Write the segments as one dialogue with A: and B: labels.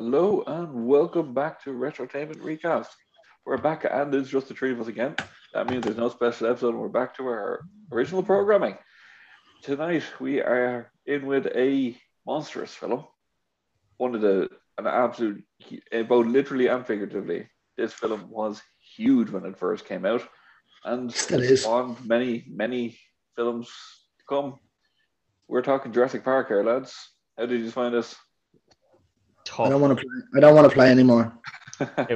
A: Hello and welcome back to Retrotainment Recast. We're back and there's just the three of us again. That means there's no special episode. We're back to our original programming. Tonight we are in with a monstrous film. One of the an absolute eh, both literally and figuratively. This film was huge when it first came out, and
B: Still is.
A: spawned many many films to come. We're talking Jurassic Park here, lads. How did you find this?
B: I
C: tough.
B: don't want to. Play, I don't want to play anymore.
C: it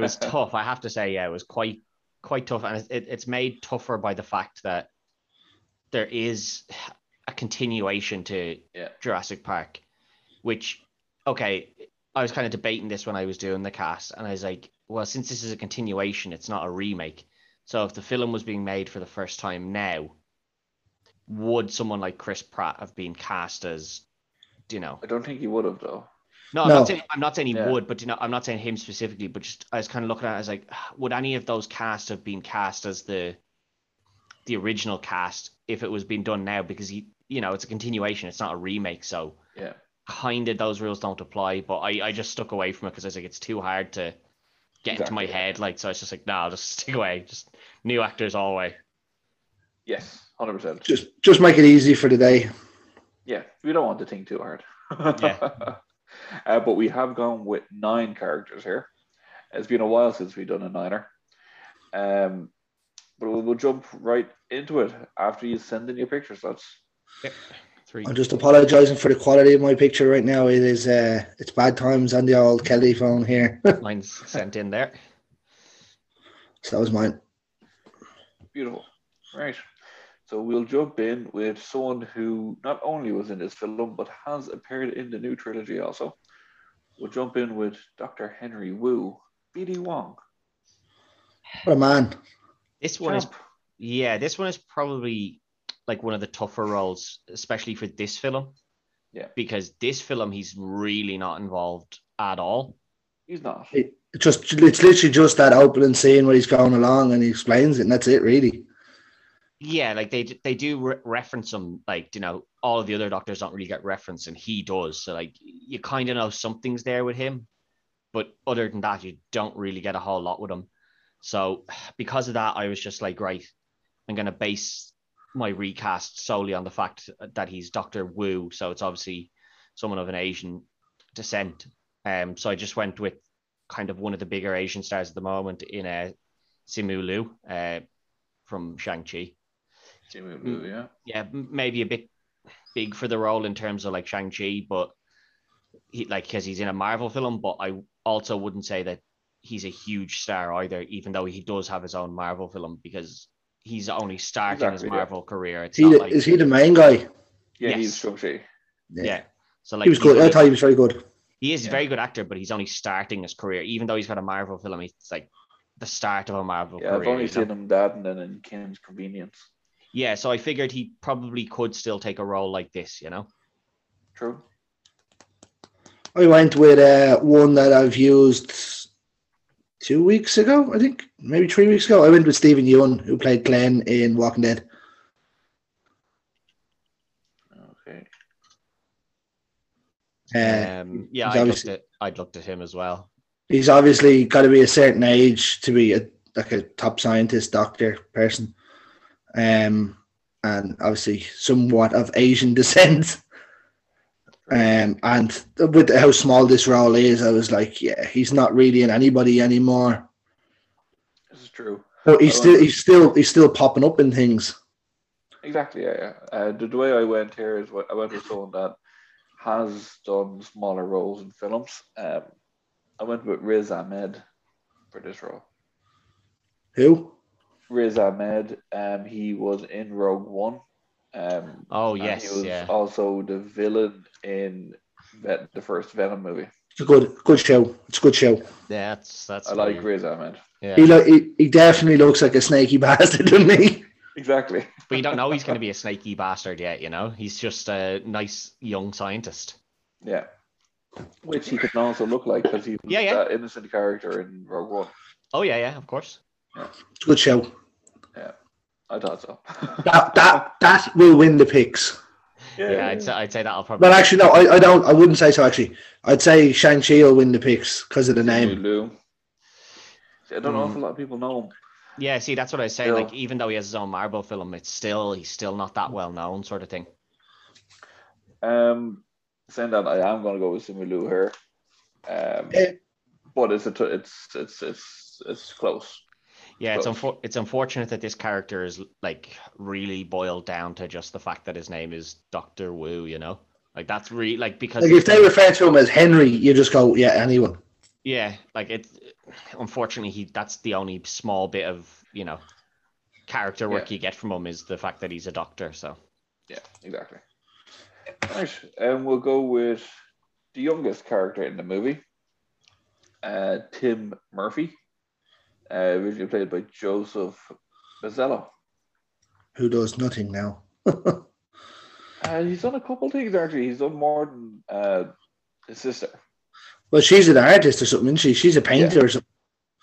C: was tough. I have to say, yeah, it was quite quite tough, and it, it, it's made tougher by the fact that there is a continuation to
A: Yeah.
C: Jurassic Park, which okay, I was kind of debating this when I was doing the cast, and I was like, well, since this is a continuation, it's not a remake. So if the film was being made for the first time now, would someone like Chris Pratt have been cast as, you know,
A: I don't think he would have though.
C: no, I'm
B: No.
C: not saying I'm not saying he
A: Yeah.
C: would, but you know, I'm not saying him specifically, but just I was kind of looking at it as like, would any of those cast have been cast as the the original cast if it was being done now? Because he, you know, it's a continuation, it's not a remake, so
A: Yeah.
C: kind of those rules don't apply. But I, I just stuck away from it because I was like, it's too hard to get into my
A: Exactly.
C: head, like so. I was just like, no, I'll just stick away, just new actors all the way.
A: Yes, hundred percent.
B: Just, just make it easy for the day.
A: yeah, we don't want to think too hard.
C: Yeah.
A: uh, but we have gone with nine characters here. It's been a while since we've done a niner. Um, but we'll, we'll jump right into it after you send in your pictures. That's
C: Three.
B: I'm just apologising for the quality of my picture right now. It is, uh, it's bad times on the old Kelly phone here.
C: Mine's sent in there.
B: so that was mine.
A: beautiful. Right. So we'll jump in with someone who not only was in this film, but has appeared in the new trilogy also. We'll jump in with Dr. Henry Wu, BD Wong.
B: What a man!
C: This one is
A: Champ.
C: Yeah, this one is probably like one of the tougher roles, especially for this film.
A: Yeah.
C: Because this film, he's really not involved at all.
A: He's not.
B: It it just, it's literally just that opening scene where he's going along and he explains it, and that's it, really.
C: Yeah, like they d- they do re- reference him, like you know, all of the other doctors don't really get referenced, and he does. So like, you kind of know something's there with him, but other than that, you don't really get a whole lot with him. So because of that, I was just like, right, I'm gonna base my recast solely on the fact that he's Doctor Wu, so it's obviously someone of an Asian descent. Um, so I just went with kind of one of the bigger Asian stars at the moment in uh, Simu Liu, uh, from Shang Chi
A: Jimmy Woo, yeah.
C: yeah, m- maybe a bit big for the role in terms of like Shang Chi, but he like because he's in a Marvel film. But I also wouldn't say that he's a huge star either, even though he does have his own Marvel film because he's only starting
A: Exactly,
C: his
A: yeah.
C: Marvel career. It's
B: He,
C: not
B: the-
C: like
B: is he the main guy?
A: Yeah,
C: Yes.
A: he's Shang-Chi.
C: yeah. So like
B: he was
C: he's
B: good. I
C: only-
B: thought he was very good.
C: he is
A: Yeah.
C: a very good actor, but he's only starting his career. Even though he's got a Marvel film, it's like the start of a Marvel
A: Yeah,
C: career.
A: I've only
C: you know?
A: seen him that and then in Kim's Convenience.
C: Yeah, so I figured he probably could still take a role like this, you know.
A: True.
B: I went with uh, one that I've used two weeks ago, I think, maybe three weeks ago. I went with Stephen Yeun, who played Glenn in Walking Dead.
A: Okay.
B: Uh,
C: Um,
B: he's
C: yeah, I looked
B: obviously-
C: at I'd looked at him as well.
B: he's obviously got to be a certain age to be a, like a top scientist, doctor, person, um, and obviously somewhat of Asian descent. Um, and with how small this role is, I was like, yeah, he's not really in anybody anymore.
A: This is true.
B: But he's still, he's still, he's still popping up in things.
A: Exactly. Yeah. yeah. Uh, the, the way I went here is what I went with someone that has done smaller roles in films. Um, I went with Riz Ahmed for this role.
B: Who?
A: Riz Ahmed, um, he was in Rogue One. Um,
C: Oh
A: and
C: yes,
A: he was
C: yeah.
A: also the villain in Ven- the first Venom movie.
B: It's a good, good show. It's a good show.
C: Yeah, that's that's
A: I like
C: weird.
A: Riz Ahmed.
C: Yeah.
B: He, lo- he, he definitely looks like a snaky bastard to me.
A: Exactly.
C: But you don't know he's going to be a snaky bastard yet, you know? He's just a nice young scientist.
A: Yeah. Which he can also look like because he was
C: Yeah, yeah.
A: that innocent character in Rogue One.
C: Oh yeah, yeah, of course.
B: It's a good show.
A: I thought so.
B: That that that will win the picks.
A: Yeah,
C: yeah, I'd, say- I'd say that'll probably.
B: Well, actually, no, I, I don't. I wouldn't say so. Actually, I'd say Shang Chi will win the picks because of the name. Hmm.
A: Lulu. See, I don't know
C: Mm.
A: if a lot of people know him.
C: Yeah, see, that's what I was saying.
A: Yeah.
C: Like, even though he has his own Marvel film, it's still he's still not that well known, sort of thing.
A: Um, saying that, I am going to go with Simu Liu here. Um,
B: Yeah.
A: But it's, a t- it's it's it's it's close.
C: Yeah, it's
A: Well-
C: unfor- it's unfortunate that this character is like really boiled down to just the fact that his name is Doctor Wu. You know, like that's really like because
B: Like if
C: it's
B: they refer to him as Henry, you just go, yeah, anyone.
C: Yeah, like it. Unfortunately, he that's the only small bit of you know character work you get from him is the fact that he's a doctor. So
A: Yeah, exactly. Right, and we'll go with the youngest character in the movie, uh, Tim Murphy, uh, originally played by Joseph Mazzello.
B: Who does nothing now?
A: Uh, he's done a couple things actually. He's done more than uh, his sister.
B: Well, she's an artist or something. Isn't she she's a painter or something.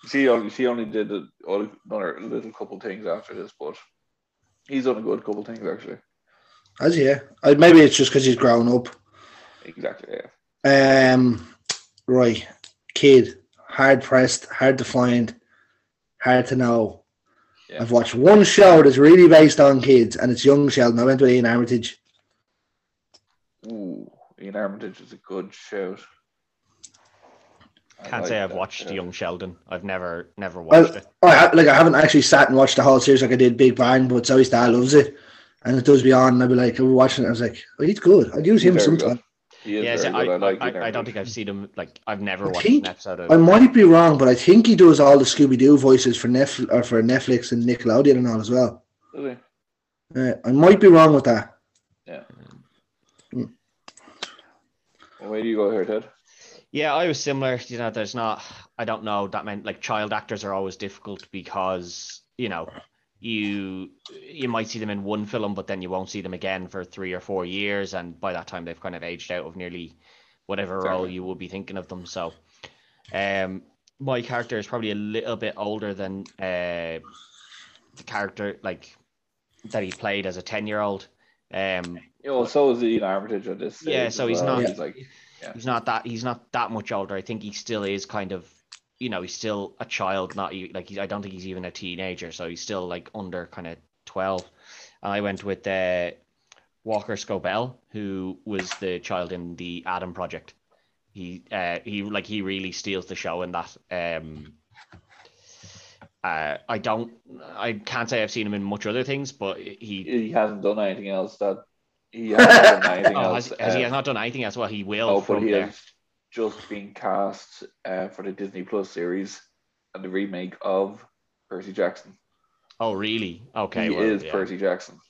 A: She only she only did a- only another little couple things after this, but he's done a good couple things actually.
B: As yeah, I, maybe it's just because he's grown up.
A: Exactly. Yeah.
B: Um, right, kid, hard pressed, hard to find, hard to know.
A: Yeah.
B: I've watched one show that's really based on kids, and it's Young Sheldon. I went with Ian Armitage.
A: Ooh, Ian Armitage is a good shout. I
C: can't
A: like
C: say I've
A: that
C: watched
A: shout.
C: Young Sheldon. I've never never
B: Well-
C: watched it.
B: Oh, I ha- like I haven't actually sat and watched the whole series like I did Big Bang, but Zoe Star loves it, and it does be on. And I'd be like, I'm watching it. I was like, oh, he's good. I'd use him
A: Very good.
B: sometime.
A: He is
C: Yeah, so
A: very
C: I,
A: good. I, like
C: I,
A: Ian
C: I, don't
A: Armitage.
C: think I've seen him. Like I've never
B: I
C: watched
B: think
C: an episode of.
B: I might be wrong, but I think he does all the Scooby Doo voices for Netflix or for Netflix and Nickelodeon and all as well.
A: Really?
B: Uh, I might be wrong with that.
A: Well, where do you go here, Ted?
C: Yeah, I was similar. You know, there's not, I don't know, that meant like child actors are always difficult because, you know, you you might see them in one film, but then you won't see them again for three or four years. And by that time, they've kind of aged out of nearly whatever role
A: Exactly.
C: you would be thinking of them. So, um, my character is probably a little bit older than uh, the character like that he played as a 10 year old. Um,
A: You know, so is Ian Armitage at this.
C: Yeah,
A: stage
C: so
A: as
C: he's
A: well.
C: not-
A: He's like,
C: he's not that he's not that much older. I think he still is kind of you know he's still a child, not e- like he's, I don't think he's even a teenager, so he's still like under kind of twelve. And I went with uh, Walker Scobell, who was the child in the Adam Project. He uh, he like he really steals the show in that. Um, uh, I don't, I can't say I've seen him in much other things, but he
A: he hasn't done anything else that he hasn't done anything
C: oh,
A: else.
C: has, has he
A: um,
C: has not done anything else. Well, he will.
A: no, oh, but
C: Oh, from
A: he
C: there.
A: has just been cast uh, for the Disney Plus series and the remake of Percy Jackson.
C: Oh, really? Okay.
A: he
C: well,
A: is
C: yeah.
A: Percy Jackson.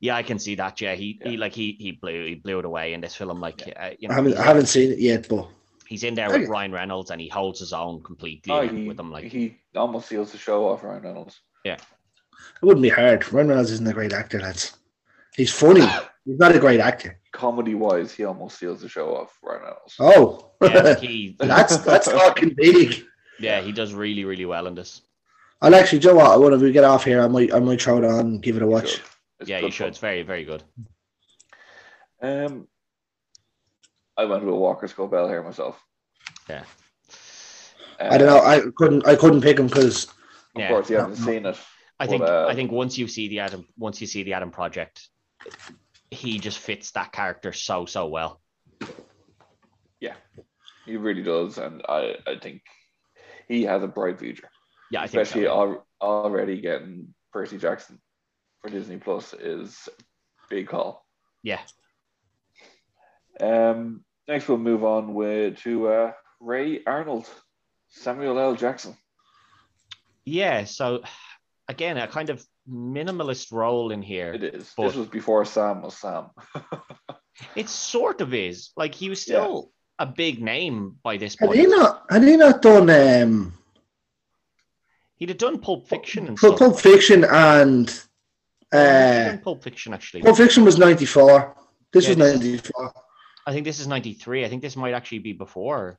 C: Yeah, I can see that. Yeah, he, he
A: Yeah.
C: like he he blew he blew it away in this film. Like uh, you know,
B: I haven't,
C: he's,
B: I haven't seen it yet, but
C: he's in there with
B: Okay.
C: Ryan Reynolds and he holds his own completely
A: Oh,
C: like,
A: he,
C: with them. Like
A: he almost seals the show off Ryan Reynolds.
B: it wouldn't be hard. Ryan Reynolds isn't a great actor, lads. He's funny. He's not a great actor.
A: Comedy wise, he almost seals the show off Ryan Reynolds.
B: Oh,
C: yeah, like, he
B: that's that's fucking big.
C: yeah he does really really well in this.
B: I'll actually, do you know what? When we get off here, I might, I might throw it on and give it a watch.
A: Good. It's
C: yeah,
A: good
C: you should.
A: fun.
C: It's very very good.
A: Um, I went with Walker Scobell here myself.
C: Yeah.
A: Uh,
B: I don't know. I couldn't, I couldn't pick him because
A: Of
C: Yeah.
A: course, you haven't seen it.
C: I
A: But,
C: think
A: uh,
C: I think once you see the Adam once you see the Adam Project, he just fits that character so so well.
A: He really does, and I, I think he has a bright future.
C: Yeah, I think so,
A: Especially
C: yeah.
A: al- already getting Percy Jackson for Disney Plus is a big call.
C: Yeah.
A: Um, next, we'll move on with to uh, Ray Arnold, Samuel L. Jackson.
C: yeah. So again, a kind of minimalist role in here.
A: It is.
C: But-
A: this was before Sam was Sam.
C: It sort of is. Like he was
A: Yeah.
C: still a big name by this
B: had
C: point.
B: he not, had he not done um,
C: He'd have done Pulp Fiction and
B: Pulp,
C: stuff.
B: Pulp Fiction and
C: He'd have
B: uh,
C: done Pulp Fiction actually.
B: Pulp Fiction was ninety four. This
C: Yeah,
B: was
C: this-
B: ninety four.
C: I think this is ninety three. I think this might actually be before.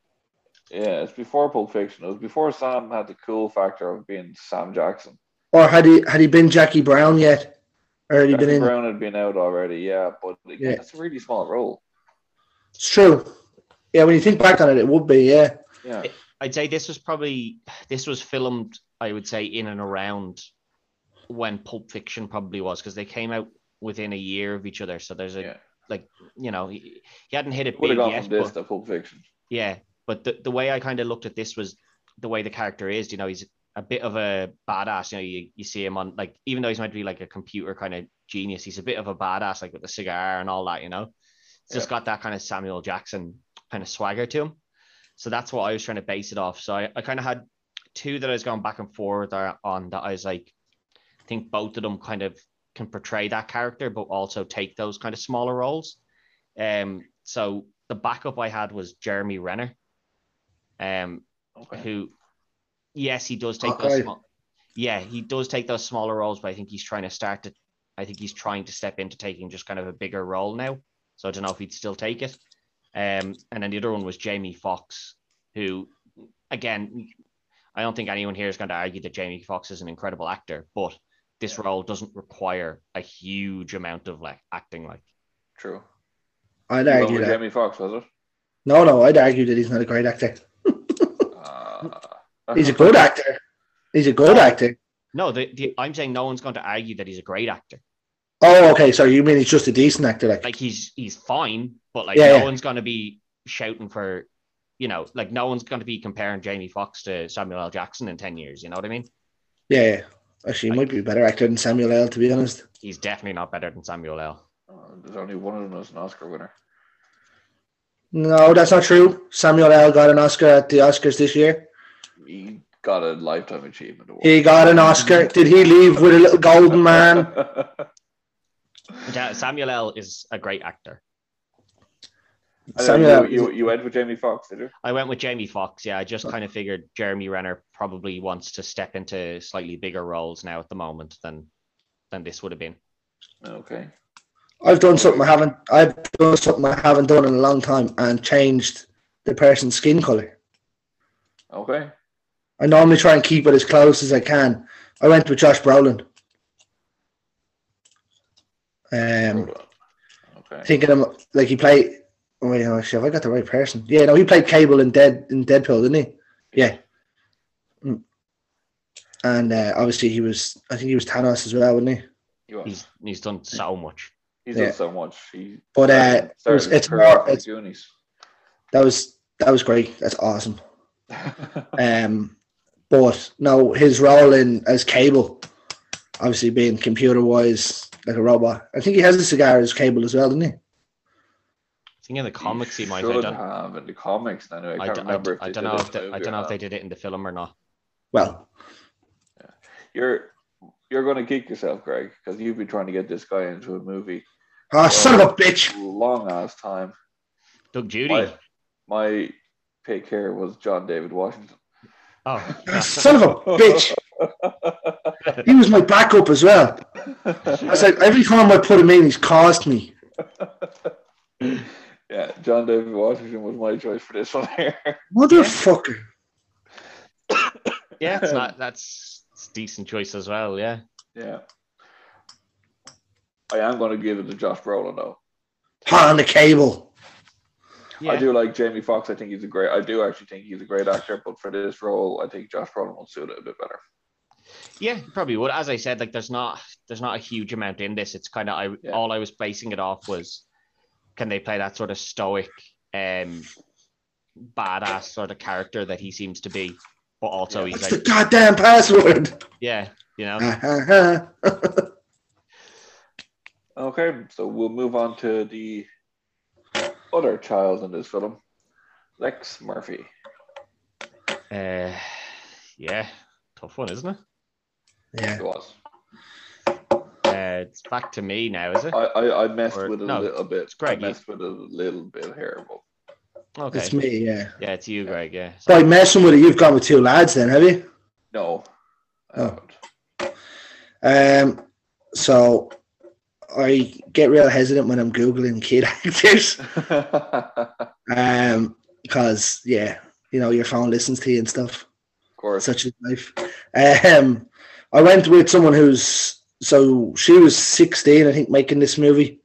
A: Yeah, it's before Pulp Fiction. It was before Sam had the cool factor of being Sam Jackson.
B: Or had he had he been Jackie Brown yet? already been
A: Jackson
B: in.
A: Brown had been out already, yeah, but again,
B: Yeah.
A: that's a really small role.
B: It's true. Yeah, when you think back on it, it would be. Yeah,
A: Yeah,
C: I'd say this was probably this was filmed. I would say in and around when Pulp Fiction probably was because they came out within a year of each other. So there's a
A: Yeah.
C: like you know he, he hadn't hit it
A: would
C: big
A: have gone
C: yet.
A: from this
C: but-
A: to Pulp Fiction.
C: Yeah, but the, the way I kind of looked at this was the way the character is. You know, he's a bit of a badass. You know, you, you see him on like even though he's meant to be like a computer kind of genius, he's a bit of a badass, like with the cigar and all that. You know, it's just got that kind of Samuel Jackson kind of swagger to him. So that's what I was trying to base it off. So I, I kind of had two that I was going back and forth are- on that I was like, I think both of them kind of can portray that character, but also take those kind of smaller roles. Um, so the backup I had was Jeremy Renner, um,
A: Okay.
C: who, yes, he does take
B: Hawkeye.
C: those small, yeah, he does take those smaller roles, but I think he's trying to start to, I think he's trying to step into taking just kind of a bigger role now. So I don't know if he'd still take it. Um, and then the other one was Jamie Fox, who, again, I don't think anyone here is going to argue that Jamie Fox is an incredible actor, but this role doesn't require a huge amount of like acting. Like,
A: True.
B: I'd
A: You went
B: argue
A: with
B: that.
A: Jamie Fox was it?
B: No, no, I'd argue that he's not a great actor.
A: Uh,
B: He's a good actor. He's a good actor.
C: no, the, the, I'm saying no one's going to argue that he's a great actor.
B: Oh, okay. So you mean he's just a decent actor? Like,
C: like he's he's fine, but like
B: Yeah,
C: no
B: yeah.
C: one's gonna be shouting for, you know, like no one's gonna be comparing Jamie Fox to Samuel L. Jackson in ten years. You know what I mean?
B: yeah, yeah. Actually, he might be a better actor than Samuel L. To be honest.
C: He's definitely not better than Samuel L.
A: Uh, There's only one of them as an Oscar winner.
B: No, that's not true. Samuel L. got an Oscar at the Oscars this year.
A: He got a lifetime achievement award.
B: He got an Oscar. Did he leave with a little golden man?
C: Da- Samuel L. is a great actor.
A: I don't know,
B: Samuel,
A: you, you, you went with Jamie Fox, did you?
C: I went with Jamie Fox. Yeah, I just kind of figured Jeremy Renner probably wants to step into slightly bigger roles now at the moment than than this would have been.
A: Okay.
B: I've done something I haven't. I've done something I haven't done in a long time and changed the person's skin color.
A: Okay.
B: I normally try and keep it as close as I can. I went with Josh Brolin. Um,
A: Okay.
B: thinking him like he played. Oh, wait, no, actually, have I got the right person? Yeah, no, he played Cable in Dead in Deadpool, didn't he? Yeah. Mm. And uh, obviously, he was. I think he was Thanos as well, wasn't he?
A: You went.
C: He's he's done so much.
A: He's
B: Yeah.
A: done so much. He
B: But uh,
A: started-
B: it was-
A: started
B: it's
A: her
B: more.
A: off with
B: It's,
A: Goonies.
B: that was that was great. That's awesome. Um, but no, his role in as Cable, obviously being computer wise like a robot. I think he has a cigar as Cable as well, doesn't he?
C: I think in the comics he might have
A: should
C: done.
A: have in the comics. Anyway, I
C: I,
A: can't
C: d- I, d-
A: remember.
C: I
A: if they
C: don't
A: did
C: know
A: it
C: if
A: in the
C: they, I
A: movie
C: don't
A: or
C: know if
A: not.
C: they did it in the film or not.
B: Well,
A: You're you're going to kick yourself, Greg, because you've been trying to get this guy into a movie
B: oh son of a bitch!
A: long ass time.
C: Doug Judy.
A: My, my pick here was John David Washington.
C: Oh,
B: Ah, Son of a bitch! He was my backup as well. I said every time I put him in, he's cost me.
A: yeah, John David Washington was my choice for this one here.
B: Motherfucker!
C: Yeah, it's not, that's it's a decent choice as well. Yeah.
A: yeah. I am going to give it to Josh Brolin though.
B: Hot on the Cable.
C: yeah.
A: I do like Jamie Foxx. I think he's a great. I do actually think he's a great actor, but for this role, I think Josh Brolin will suit it a bit better.
C: Yeah, you probably would. As I said, like there's not there's not a huge amount in this. It's kind of I
A: Yeah.
C: all I was basing it off was can they play that sort of stoic, um, badass sort of character that he seems to be, but also
A: Yeah.
C: he's
B: That's
C: like
B: the goddamn password.
C: yeah, you know.
B: Ah, ah, ah.
C: Um,
A: Okay, so we'll move on to the other child in this film, Lex Murphy.
C: Uh, yeah, tough one, isn't it?
B: Yeah.
A: It was.
C: Uh, it's back to me now, is it?
A: I I, I messed
C: Or-
A: with it
C: no,
A: a little bit.
C: it's Greg,
A: I
C: you-
A: messed with it a little bit here, but
C: Okay.
B: It's me, yeah.
C: Yeah, it's you, Greg. Yeah.
B: By messing with it, you've gone with two lads then, have you?
A: no. I
C: Hmm.
B: Oh.
A: haven't.
B: Um, so I get real hesitant when I'm googling kid actors,
A: of
B: um, because yeah, you know your phone listens to you and stuff.
A: course.
B: Such is life. Um, I went with someone who's so she was 16, I think, making this movie.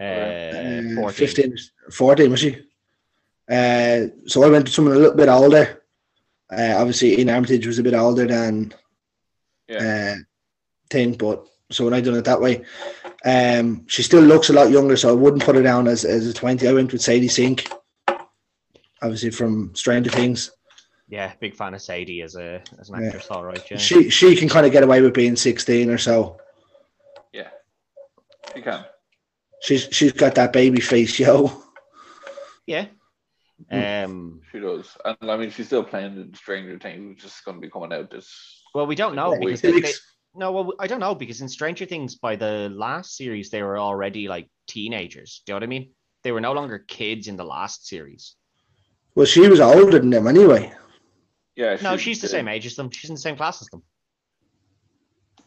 C: Uh,
B: Uh,
C: 14.
B: 15, 14, was she? Uh, so I went to someone a little bit older. Uh, obviously, Ian Armitage was a bit older than
A: Yeah.
B: uh, thing, but so when I done it that way, um, she still looks a lot younger, so I wouldn't put her down as, as a 20. I went with Sadie Sink, obviously from Stranger Things.
C: Yeah, big fan of Sadie as a as an
B: Yeah.
C: actress. All right, yeah.
B: She she can kind of get away with being 16 or so.
A: You can.
B: She's she's got that baby face, yo.
C: yeah.
B: Hmm.
C: Um.
A: She does. And I mean, she's still playing in Stranger Things, which is going to be coming out this.
C: Well, we don't know
A: Like,
C: because
B: two
C: they, they,
B: weeks.
C: no, well, I don't know because in Stranger Things, by the last series, they were already like teenagers. Do you know what I mean? They were no longer kids in the last series.
B: Well, she was older than them anyway.
A: Yeah.
C: No,
A: she-
C: she's the same age as them. She's in the same class as them.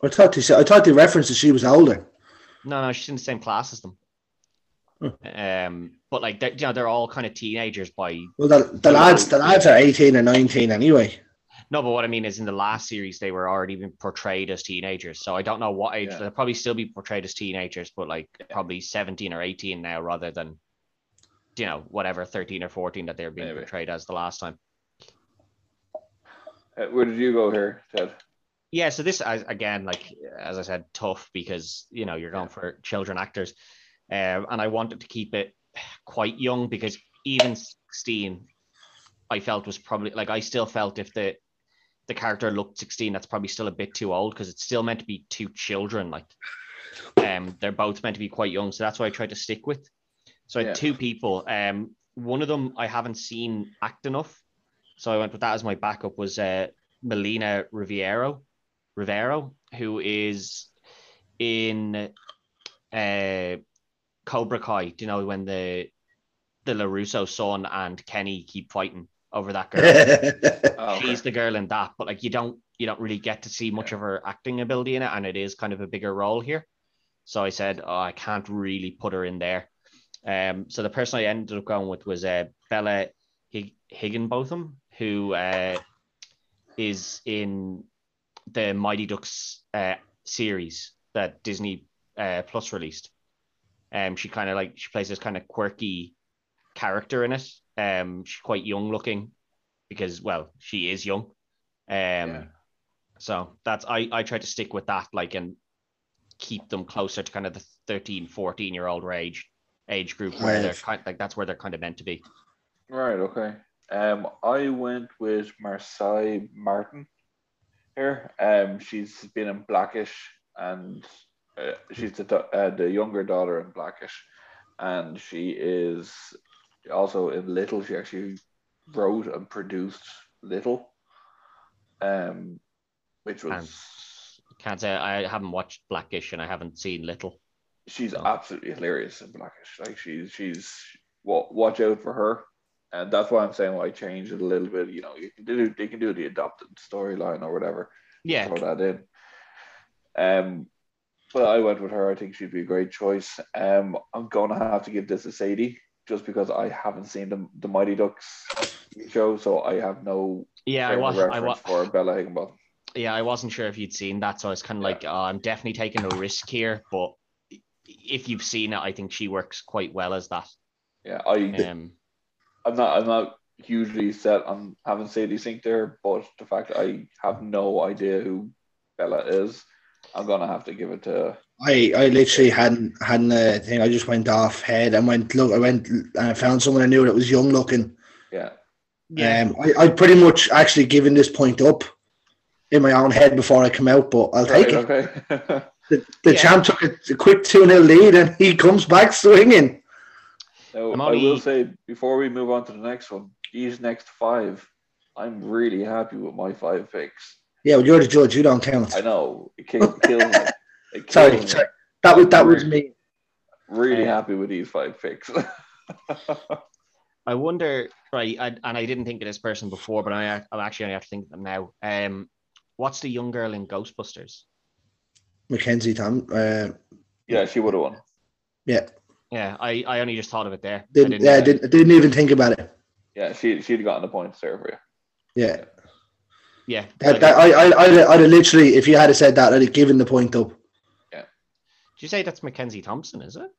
B: I thought they said I thought they referenced that she was older.
C: No, no, she's in the same class as them.
B: Hmm.
C: Um, but like, they're, you know, they're all kind of teenagers by
B: Well, the, the lads the lads are 18 and 19 anyway.
C: no. But what I mean is, in the last series, they were already been portrayed as teenagers. So I don't know what age
A: Yeah.
C: they'll probably still be portrayed as teenagers, but like probably seventeen or eighteen now, rather than you know whatever thirteen or fourteen that they're being
A: Maybe.
C: portrayed as the last time.
A: Uh, where did you go here, Ted?
C: Yeah, so this as- again, like as I said, tough because you know you're going for children actors, um, and I wanted to keep it quite young because even sixteen, I felt was probably like I still felt if the the character looked sixteen, that's probably still a bit too old because it's still meant to be two children. Like, um, they're both meant to be quite young, so that's why I tried to stick with. So I had
A: Yeah.
C: two people. Um, one of them I haven't seen act enough, so I went with that as my backup was uh, Melina Riviero, Rivero, who is in uh, Cobra Kai. Do you know when the the Larusso son and Kenny keep fighting over that girl?
A: Oh, okay.
C: She's the girl in that, but like you don't you don't really get to see much of her acting ability in it, and it is kind of a bigger role here. So I said, oh, I can't really put her in there. Um, so the person I ended up going with was uh, Bella Hig- Higginbotham, who uh, is in the Mighty Ducks uh, series that Disney uh, Plus released. Um, she kind of like she plays this kind of quirky character in it. Um, she's quite young looking because well, she is young. Um,
A: Yeah.
C: so that's I I try to stick with that like and keep them closer to kind of the 13, 14 year old age age group where they're
B: Right.
C: kind like that's where they're kind of meant to be.
A: Right, okay. Um, I went with Marseille Martin here. Um, she's been in Blackish, and uh, she's the da- uh, the younger daughter in Blackish, and she is also in Little. She actually wrote and produced Little, um, which was.
C: And- Can't say I haven't watched Blackish and I haven't seen Little.
A: she's
C: So-
A: absolutely hilarious in Blackish. Like she's she's wa- watch out for her, and that's why I'm saying why I changed it a little bit. You know, you can do they can do the adopted storyline or whatever.
C: Yeah,
A: Throw that in. Um, but I went with her. I think she'd be a great choice. Um, I'm gonna have to give this to Sadie just because I haven't seen the, the Mighty Ducks show, so I have no
C: yeah, I
A: frame of
C: was I
A: reference
C: was
A: for Bella Higginbotham.
C: yeah, I wasn't sure if you'd seen that, so I was kind of
A: Yeah.
C: like, oh, I'm definitely taking a risk here. But if you've seen it, I think she works quite well as that.
A: Yeah, I
C: Um,
A: I'm not I'm not hugely set on having Sadie Sink there, but the fact that I have no idea who Bella is, I'm gonna have to give it to
B: I, I literally hadn't hadn't a thing. I just went off head and went look. I went and I found someone I knew that was young looking.
A: yeah.
C: yeah,
B: Um, I, I pretty much actually given this point up in my own head before I come out, but I'll take
A: Right,
B: it.
A: okay.
B: The, the
C: Yeah.
B: champ took a, a quick two 0 lead and he comes back swinging.
A: now,
C: I'm
A: I will
C: only-
A: say before we move on to the next one, these next five, I'm really happy with my five picks.
B: Yeah, well, you're the judge. You don't count.
A: I know it kills, it kills me. It kills
B: Sorry,
A: me.
B: sorry. That was that was me.
A: Really
C: Yeah.
A: happy with these five picks.
C: I wonder, right? I, and I didn't think of this person before, but I, I'm actually only have to think of them now. Um, what's the young girl in Ghostbusters?
B: Mackenzie Tom. Uh,
A: yeah, she would have won.
C: Yeah, I, I only just thought of it there. I
B: didn't, yeah, didn't didn't even think about it.
A: Yeah, she she'd have gotten the points there for you.
B: Yeah,
C: Yeah,
B: that, that, I I I'd, I'd have literally if you had have said that, I'd have given the point up.
C: you say that's Mackenzie Thompson? Is it?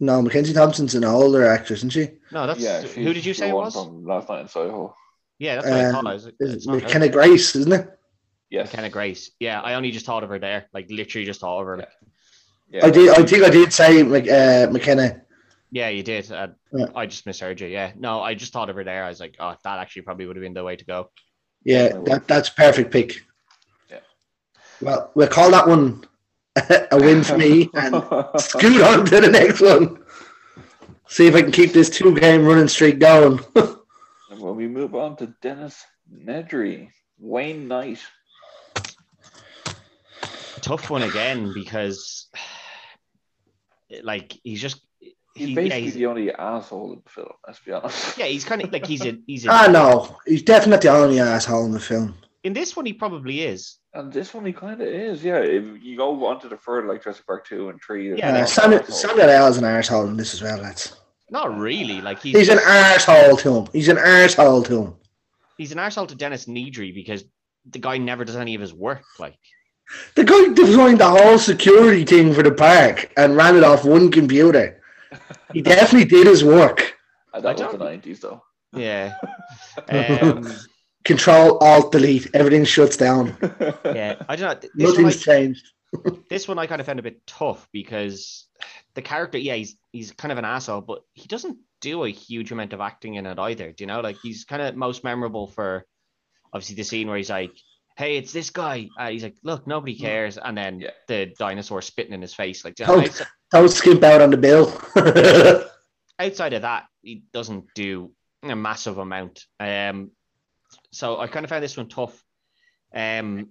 B: No, Mackenzie Thompson's an older actress, isn't she?
C: No, that's
A: yeah,
C: who did you
A: she's
C: say
A: the
C: it
A: one
C: was?
A: from last night in Soho?
C: Yeah, that's what I
B: Um,
C: thought. I was, like,
B: It's
C: it's not her.
B: McKenna Grace, isn't it?
A: Yes,
C: McKenna Grace. Yeah, I only just thought of her there. Like literally just thought of her. Like,
A: Yeah,
B: I did. I think I did say Mc- uh, McKenna.
C: yeah, you did. Uh,
B: Yeah.
C: I just misheard you. Yeah, no, I just thought of her there. I was like, oh, that actually probably would have been the way to go.
B: Yeah, that, that's perfect pick.
A: Yeah.
B: Well, we'll call that one a win for me and scoot on to the next one. See if I can keep this two game running streak going.
A: And when we move on to Dennis Nedry, Wayne Knight.
C: Tough one again because, like, he's just
A: He's
C: he- yeah,
A: basically
C: he's-
A: the only asshole in the film. Let's be honest.
C: yeah, he's kind of like he's a he's a,
B: Ah, no. He's definitely the only asshole in the film.
C: in this one he probably is.
A: And this one, he kind of is. Yeah, if you go on to the third, like Jurassic Park two and three. there's
C: Yeah,
A: no
B: uh,
C: they're
B: Samuel,
A: asshole.
B: Samuel L. is an arsehole in this as well, lads.
C: Not really. Like he's
B: He's an arsehole to him. He's an arsehole to him.
C: he's an arsehole to Dennis Nedry because the guy never does any of his work. Like,
B: The guy designed the whole security thing for the park and ran it off one computer. He definitely did his work.
A: And
C: I
A: Uh, that was
C: don't-
A: the nineties, though.
C: yeah. Um,
B: Control Alt Delete. Everything shuts down.
C: yeah, I don't know. This one,
B: Nothing's
C: I,
B: changed.
C: this one I kind of found a bit tough because the character, yeah, he's he's kind of an asshole, but he doesn't do a huge amount of acting in it either. Do you know? Like he's kind of most memorable for obviously the scene where he's like, "Hey, it's this guy." Uh, he's like, "Look, nobody cares," and then
A: Yeah.
C: the dinosaur spitting in his face. Like
B: Mm. Oh.
C: outside,
B: Don't skimp out on the bill.
C: outside of that, he doesn't do a massive amount. Um, so I kind of found this one tough. Um,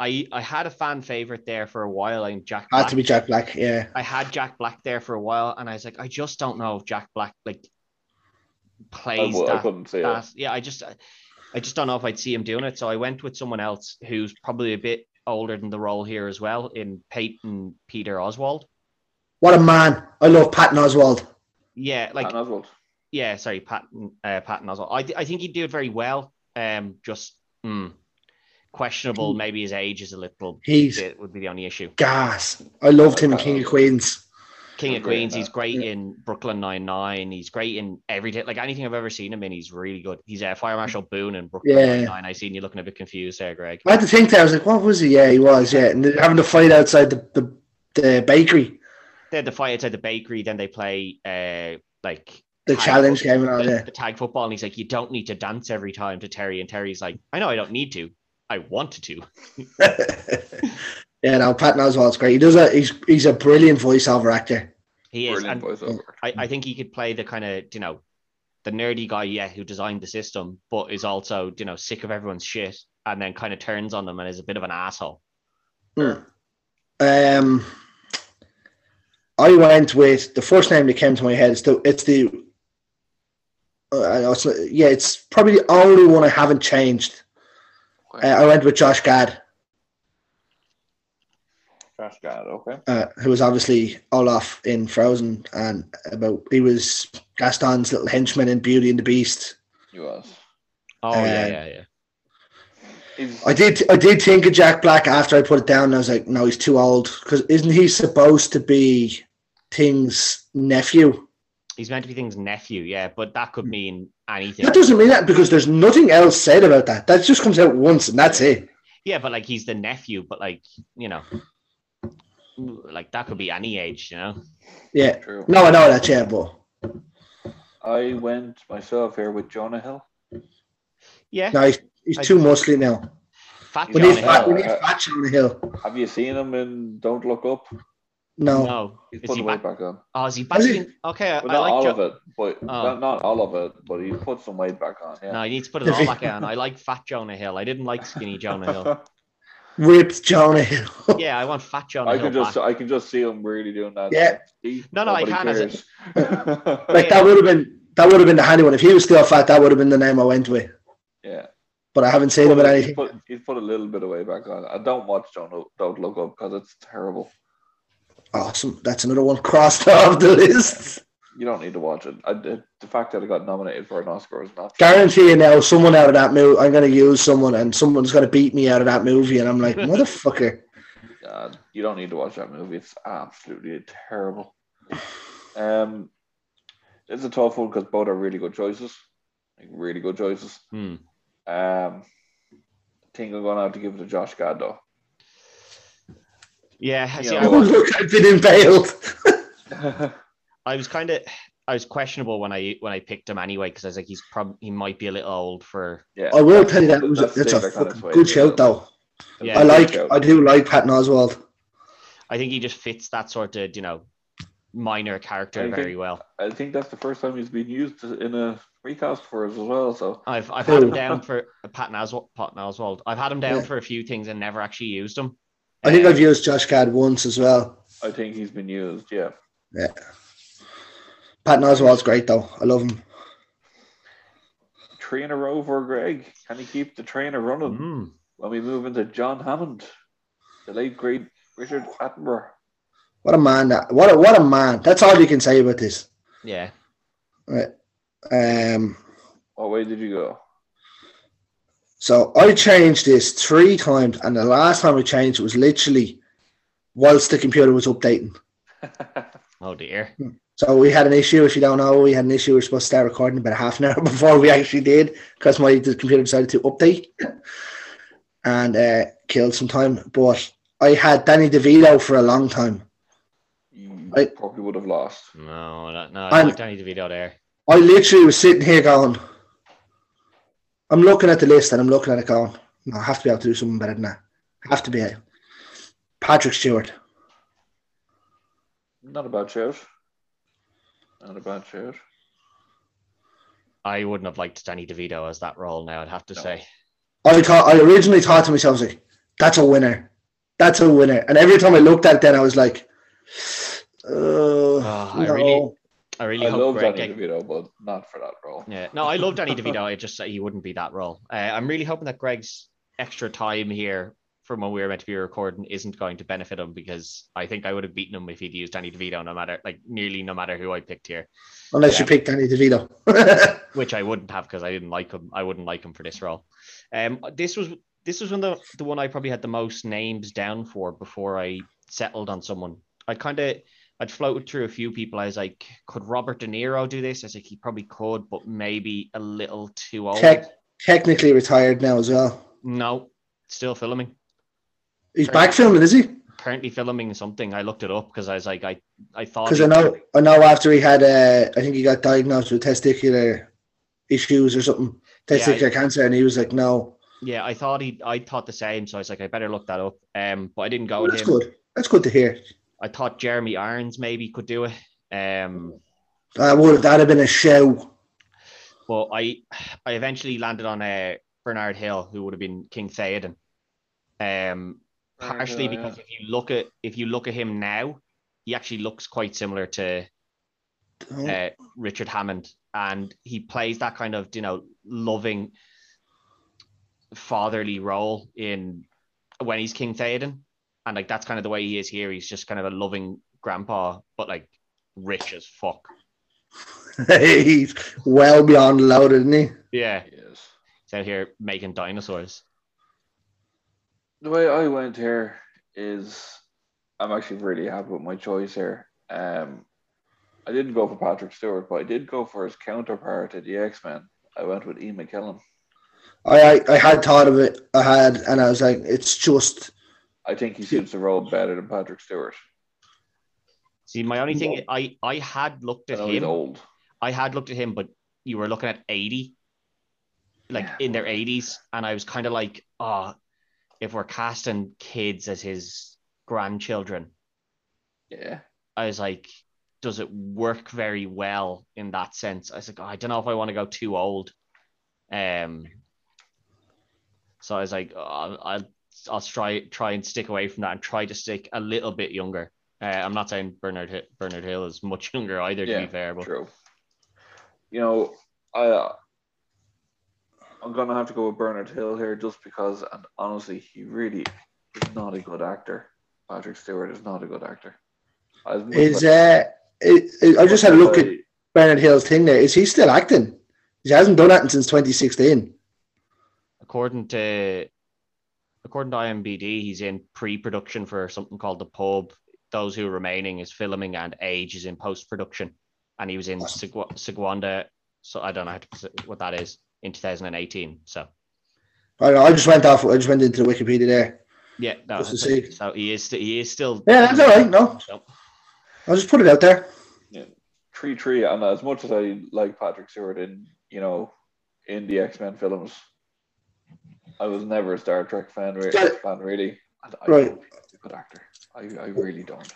C: I I had a fan favorite there for a while. I'm Jack.
B: Had
C: Black.
B: to be Jack Black, yeah.
C: I had Jack Black there for a while, and I was like, I just don't know if Jack Black like
A: I,
C: plays
A: wou- I
C: that.
A: couldn't say it.
C: that- Yeah, I just, I just don't know if I'd see him doing it. So I went with someone else who's probably a bit older than the role here as well, in Peyton Peter Oswald.
B: What a man. I love Patton Oswald.
C: Yeah,
A: Like,
C: like
A: and Oswald.
C: yeah, sorry, Patton uh, Patton Oswald. I th- I think he'd do it very well. Um, just mm, questionable. Maybe his age is a little.
B: He's
C: It would be the only issue.
B: gas. I loved
C: Uh,
B: him in King of Queens.
C: King of
A: Great in
C: Queens. He's
A: that.
C: great
B: Yeah.
C: in Brooklyn Nine Nine. He's great in everything. Like anything I've ever seen him in, he's really good. He's a uh, Fire Marshal Boone in Brooklyn
B: Yeah.
C: Nine Nine. I seen you looking a bit confused there, Greg.
B: I had to think that. I was like, what was he? Yeah, he was, yeah. And they're having to fight outside the, the, the bakery,
C: They had the fight outside the bakery. Then they play uh like
B: the
C: Tag
B: challenge
C: football.
B: game and all
C: the,
B: that.
C: the tag football, and he's like, "You don't need to dance every time." To Terry, and Terry's like, "I know I don't need to. I wanted to."
B: yeah, no, Patton Oswald's great. He does a he's he's a brilliant voiceover actor.
C: He is,
A: Brilliant
C: and
A: voiceover.
C: I, I think he could play the kind of you know the nerdy guy yeah who designed the system but is also you know sick of everyone's shit and then kind of turns on them and is a bit of an asshole
B: Um I went with the first name that came to my head is the it's the uh, I also, yeah, it's probably the only one I haven't changed. Uh, I went with Josh Gad,
A: Trash guy. Okay.
B: uh, who was obviously Olaf in Frozen, and about he was Gaston's little henchman in Beauty and the Beast.
A: You was.
C: oh
B: Uh,
C: yeah yeah yeah
A: He's,
B: I did I did think of Jack Black after I put it down. And I was like, no, he's too old because isn't he supposed to be Thing's nephew?
C: he's meant to be thing's nephew yeah but that could mean anything
B: That doesn't mean that because there's nothing else said about that. That just comes out once and that's it.
C: yeah but like he's the nephew but like you know like that could be any age you know
B: Yeah.
A: true.
B: No, I know that. Yeah, but
A: I went myself here with Jonah Hill.
C: yeah
B: no, he's, he's
C: I-
B: too muscly now.
C: fat
B: We
A: Jonah
B: need
C: John
B: fat,
A: Hill,
B: we need
A: uh,
B: fat on the hill.
A: Have you seen him in Don't Look Up?
B: No.
C: no
A: He's
C: is
A: put
C: he
A: the weight
C: back
A: back on.
C: oh is he back
B: Is he?
C: in okay I,
A: But
C: I
A: not
C: like
A: all
C: Jo-
A: of it. But not, not all of it. But he put some weight back on. Yeah.
C: no he needs to put it
B: If
C: all
B: he-
C: back on I like fat Jonah Hill I didn't like skinny Jonah Hill
B: Ripped Jonah Hill.
C: yeah, I want fat John.
A: I
C: Hill
A: can just
C: back.
A: I can just see him really doing that.
B: Yeah.
A: See?
C: No, no, I
A: Nobody
C: can as a-
A: cares.
B: like that would have been that would have been the handy one. If he was still fat, that would have been the name I went with.
A: yeah.
B: But I haven't seen him in
A: But he's
B: anything.
A: put, he's put a little bit of weight back on. I don't watch Don't Don't Look Up because it's terrible.
B: Awesome. That's another one crossed off the list.
A: You don't need to watch it. I, the the fact that I got nominated for an Oscar is not.
B: guarantee you now someone out of that movie I'm gonna use someone and someone's gonna beat me out of that movie and I'm like, motherfucker.
A: God. You don't need to watch that movie. It's absolutely terrible. Um, it's a tough one because both are really good choices, like really good choices.
C: Hmm.
A: Um, I think I'm gonna have to give it to Josh Gad though.
C: Yeah, I see,
A: Yeah.
C: I,
B: Oh,
C: wa-
B: look, I've been impaled.
C: I was kind of, I was questionable when I when I picked him anyway because I was like, he's probably he might be a little old for.
A: yeah,
B: I will tell you that it was
A: that's
B: that's, a
A: David
B: fucking
A: Connor's way
B: good
A: to go.
B: shout though.
C: Yeah,
B: I
C: good
B: like,
A: shout.
B: I do like Patton Oswald.
C: I think he just fits that sort of you know minor character
A: I think-
C: very well.
A: I think that's the first time he's been used in a recast for us as well. So
C: I've I've had
B: Who?
C: him down for Patton Oswald. Patton Oswald. I've had him down
B: Yeah.
C: for a few things and never actually used him.
B: I think
C: Uh,
B: I've used Josh Gad once as well.
A: I think he's been used. Yeah,
B: Patton Oswald's great though. I love him.
A: three in a row for Greg. Can he keep the trainer running?
C: mm.
A: When we move into John Hammond, the late great Richard Attenborough.
B: What a man! That, what a what a man! That's all you can say about this.
C: Yeah,
B: Um,
A: What way did you go?
B: so I changed this three times, and the last time I changed it was literally whilst the computer was updating.
C: Oh dear.
B: So we had an issue. If you don't know, we had an issue. We were supposed to start recording about half an hour before we actually did, because my the computer decided to update and uh, killed some time. But I had Danny DeVito for a long time.
A: You
B: I-
A: probably would have lost.
C: No, no, no. I
B: I'm-
C: like Danny DeVito there.
B: I literally was sitting here going, I'm looking at the list and I'm looking at it going, no, I have to be able to do something better than that. have to be able. Patrick Stewart.
A: Not a bad shout. Not a bad shout.
C: I wouldn't have liked Danny DeVito as that role. Now I'd have to
A: No.
C: say.
B: I thought I originally thought to myself, I was like, that's a winner. That's a winner. And every time I looked at it then I was like, oh,
C: Oh, I
B: no.
C: really- I really
A: I
C: hope
A: love
C: Greg.
A: Danny
C: Get,
A: DeVito, but not for that role.
C: yeah, no, I love Danny DeVito. I just he wouldn't be that role. Uh, I'm really hoping that Greg's extra time here from when we were meant to be recording isn't going to benefit him because I think I would have beaten him if he'd used Danny DeVito, no matter like nearly no matter who I picked here.
B: unless you
C: Yeah.
B: pick Danny DeVito.
C: which I wouldn't have because I didn't like him. I wouldn't like him for this role. Um, this was this was one of the, the one I probably had the most names down for before I settled on someone. I kind of I'd floated through a few people. I was like, could Robert De Niro do this? I was like, he probably could, but maybe a little too old.
B: Tech- technically retired now as well.
C: No, still filming.
B: He's
C: Right.
B: back filming, is he?
C: Currently filming something. I looked it up because I was like, I I thought
B: Because
C: he-
B: I know, I know. After he had, uh, I think he got diagnosed with testicular issues or something,
C: Yeah, I-
B: testicular cancer, and he was like, "No,
C: Yeah, I thought he I thought the same. So I was like, I better look that up. Um, but I didn't go
B: oh,
C: with
B: that's
C: him.
B: good. That's good to hear."
C: I thought Jeremy Irons maybe could do it. Um,
B: That would that have been a show.
C: but I I eventually landed on uh, Bernard Hill, who would have been King Theoden. Um,
A: Bernard
C: partially
A: Hill, yeah.
C: because if you look at if you look at him now, he actually looks quite similar to uh, Richard Hammond, and he plays that kind of you know loving fatherly role in when he's King Theoden, and like that's kind of the way he is here. He's just kind of a loving grandpa, but like rich as fuck.
B: He's well beyond loaded, isn't he?
C: Yeah,
A: Yes.
C: he's out here making dinosaurs.
A: The way I went here is I'm actually really happy with my choice here. Um, I didn't go for Patrick Stewart, but I did go for his counterpart at the X Men. I went with Ian McKellen.
B: I, I I had thought of it. I had, and I was like, "It's just
A: I think he suits the role better than Patrick Stewart.
C: See, my only thing, I I had looked
A: I
C: at
A: know Oh, he's
C: him.
A: old.
C: I had looked at him, but you were looking at eighty, like
A: Yeah.
C: in their eighties, and I was kind of like, oh, if we're casting kids as his grandchildren,
A: Yeah.
C: I was like, does it work very well in that sense? I was like, "Oh, I don't know if I want to go too old. Um, so I was like, oh, I'll, I'll I'll try try and stick away from that and try to stick a little bit younger. Uh, I'm not saying Bernard Hi- Bernard Hill is much younger either. To
A: Yeah,
C: be fair, but
A: True. You know, I uh, I'm gonna have to go with Bernard Hill here just because, and honestly, he really is not a good actor. Patrick Stewart is not a good actor. As much
B: is
A: as
B: uh." It, it- I just had a look at
A: I-
B: Bernard Hill's thing there. Is he still acting? He hasn't done acting since 2016.
C: according to according to IMBD, he's in pre-production for something called The Pub. Those Who Are Remaining is filming, and Age is in post-production. And he was in
B: Awesome.
C: Segwa- Segwanda, so I don't know how to, pronounce- what that is, in 2018. So
B: I, I just went off. I just went into the Wikipedia there.
C: yeah, no,
B: Just to
C: so,
B: see.
C: so he is st- he is still
B: Yeah, that's all right. No,
C: So,
B: I'll just put it out there.
A: Tree Tree, and as much as I like Patrick Stewart in, you know, in the X Men films, I was never a Star Trek fan, re-
B: Got it.
A: fan really. And I
B: Right.
A: don't think he's a good actor. I, I really don't.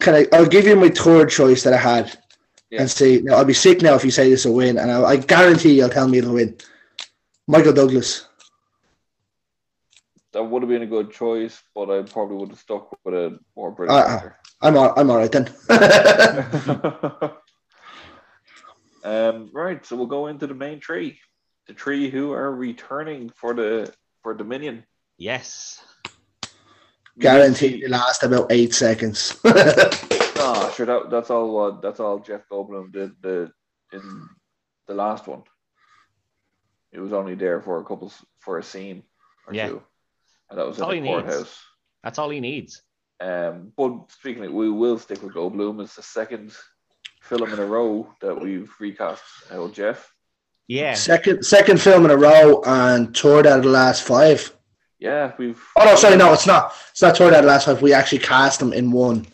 B: Can I? I'll give you my third choice that I had,
A: Yeah.
B: and see. Now, I'll be sick now if you say this will win, and I, I guarantee you'll tell me it'll win. Michael Douglas.
A: That would have been a good choice, but I probably would have stuck with a more brilliant
B: Uh-uh.
A: actor.
B: I'm all, I'm all right then.
A: um, right, so we'll go into the main tree. The tree who are returning for the for Dominion.
C: yes,
B: Guaranteed it last about eight seconds.
A: Ah, sure. That, that's all. Uh, that's all Jeff Goldblum did the in the last one. It was only there for a couple s- for a scene or
C: Yeah.
A: two, and that was
C: That's all
A: in
C: he
A: the
C: needs.
A: courthouse.
C: that's all he needs.
A: Um, but speaking of, we will stick with Goldblum. It's the second film in a row that we've recast. Oh, Jeff.
C: Yeah,
B: second second film in a row and third out of the last five.
A: Yeah, we've.
B: Oh no, sorry, no, it's not. It's not third out of the last five. We actually cast them in one.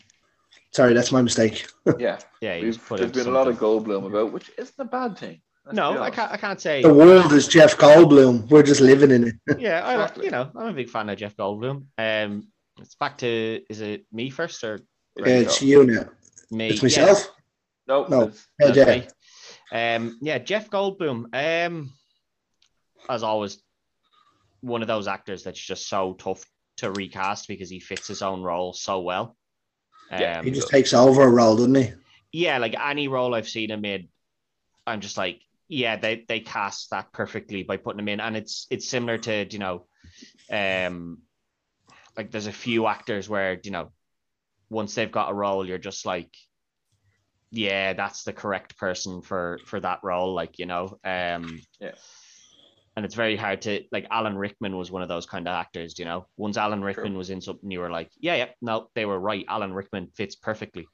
B: Sorry, that's my mistake.
A: Yeah,
C: yeah.
A: we've,
C: He's put
A: there's
C: in
A: been a lot of
C: something.
A: Goldblum about, which isn't a bad thing. let's be
C: No, I
A: honest.
C: can't. I can't say.
B: The world is Jeff Goldblum. We're just living in it.
C: yeah, I like.
A: Exactly.
C: You know, I'm a big fan of Jeff Goldblum. Um, it's back to is it me first or
B: Yeah,
A: Right,
B: it's
A: so-
B: you now.
C: me?
B: It's myself.
A: No,
B: No.
A: it's-
B: Yeah,
C: Yeah,
B: Jeff.
C: okay. Um, yeah, Jeff Goldblum. Um, as always, one of those actors that's just so tough to recast because he fits his own role so well. Um,
A: Yeah,
B: He just takes over a role, doesn't he?
C: yeah, like any role I've seen him in, I'm just like, yeah, they they cast that perfectly by putting him in, and it's it's similar to you know, um, like there's a few actors where you know, once they've got a role, you're just like, yeah, that's the correct person for for that role, like you know, um,
A: Yeah.
C: And it's very hard to like. Alan Rickman was one of those kind of actors, you know. Once Alan Rickman was in something, you were like, yeah, yeah, no, they were right. Alan Rickman fits perfectly.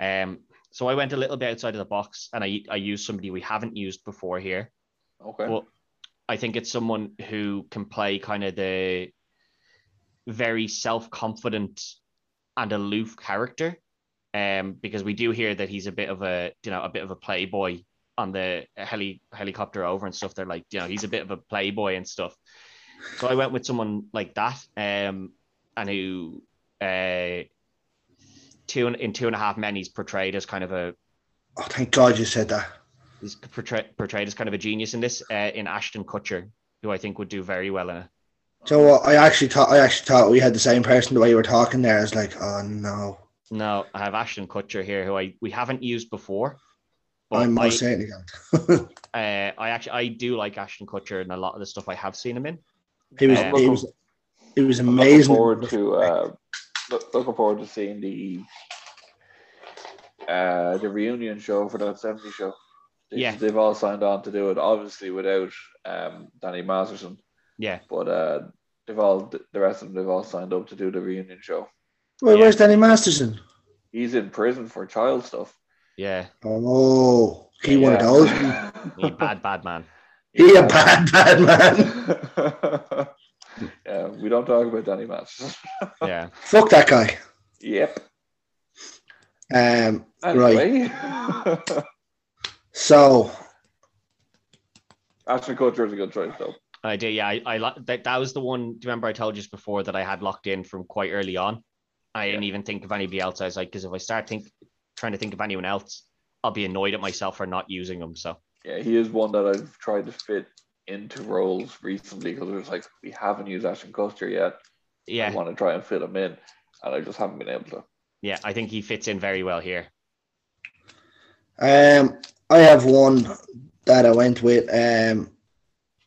C: Um, so I went a little bit outside of the box and I, I used somebody we haven't used before here.
A: Okay.
C: Well, I think it's someone who can play kind of the very self confident and aloof character. Um, because we do hear that he's a bit of a you know a bit of a playboy on the heli helicopter over and stuff. They're like you know he's a bit of a playboy and stuff. So I went with someone like that, um, and who uh, two and, in two and a half men he's portrayed as kind of a
B: Oh, thank God you said that.
C: is portray- portrayed as kind of a genius in this uh, in Ashton Kutcher, who I think would do very well in it.
B: So what? I actually thought I actually thought we had the same person the way you were talking there. I was like, oh no,
C: No, I have Ashton Kutcher here, who I we haven't used before. But
B: I'm
C: I,
B: most certainly going.
C: uh, I actually I do like Ashton Kutcher and a lot of the stuff I have seen him in.
B: He was,
C: Um,
B: he was, he was
A: I'm
B: amazing.
A: Looking forward to uh, look, looking forward to seeing the uh, the reunion show for that seventy show. They-
C: Yeah.
A: they've all signed on to do it. Obviously, without um, Danny Masterson,
C: Yeah,
A: but uh, they've all the rest of them they've all signed up to do the reunion show.
B: Wait,
C: yeah.
B: where's Danny Masterson?
A: He's in prison for child stuff.
C: yeah,
B: Oh, he one of
A: Yeah.
B: those.
C: he bad bad man.
B: He a bad, bad man.
A: yeah, we don't talk about Danny Masterson.
C: Yeah,
B: Fuck that guy.
A: yep.
B: Um,
A: Anyway.
B: so
A: Ashton Kutcher is a good choice though.
C: I do. Yeah, I, I lo- that that was the one. Do you remember I told you just before that I had locked in from quite early on? I didn't even think of anybody else. I was like, because if I start think trying to think of anyone else, I'll be annoyed at myself for not using them. So
A: Yeah, he is one that I've tried to fit into roles recently because it was like we haven't used Ashton Kutcher yet. I
C: yeah,
A: want to try and fit him in, and I just haven't been able to.
C: Yeah, I think he fits in very well here.
B: Um, I have one that I went with. Um,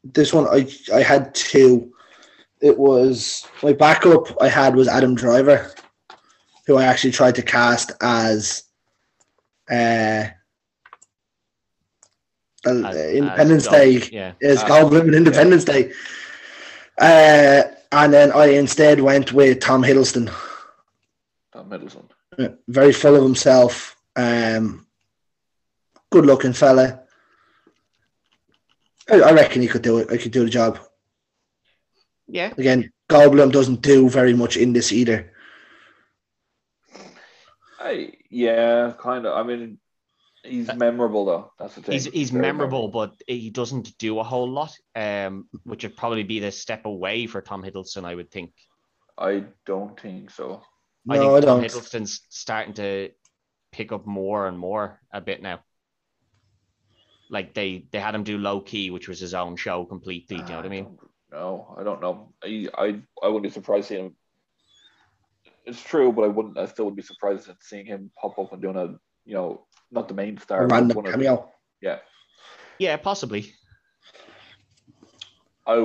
B: this one I I had two. It was my backup. I had was Adam Driver, who I actually tried to cast as, uh, uh,
C: As-
B: Independence
C: as
B: Day
C: Gold- Yeah,
B: is
A: Ah,
B: Goldblum in Independence Day. Uh, And then I instead went with Tom Hiddleston,
A: Tom Middleton.
B: very full of himself, um, good looking fella. I, I reckon he could do it. I could do the job.
C: Yeah.
B: Again, Goldblum doesn't do very much in this either.
A: I, yeah, kind of. I mean, he's
C: Uh,
A: memorable though. That's the thing.
C: He's, he's
A: Very
C: memorable, but he doesn't do a whole lot, um, which would probably be the step away for Tom Hiddleston, I would think.
A: I don't think so.
B: No,
C: I
B: I,
C: think Tom
B: don't.
C: Hiddleston's starting to pick up more and more a bit now. Like they they had him do low key, which was his own show completely. Do you know
A: Ah,
C: what I mean?
A: No, I don't know. I I, I wouldn't be surprised seeing him. It's true, but I wouldn't. I still would be surprised at seeing him pop up and doing a you know not the main
B: A
A: star. but
B: random
A: one of-
B: cameo.
A: Yeah,
C: Yeah, possibly.
A: I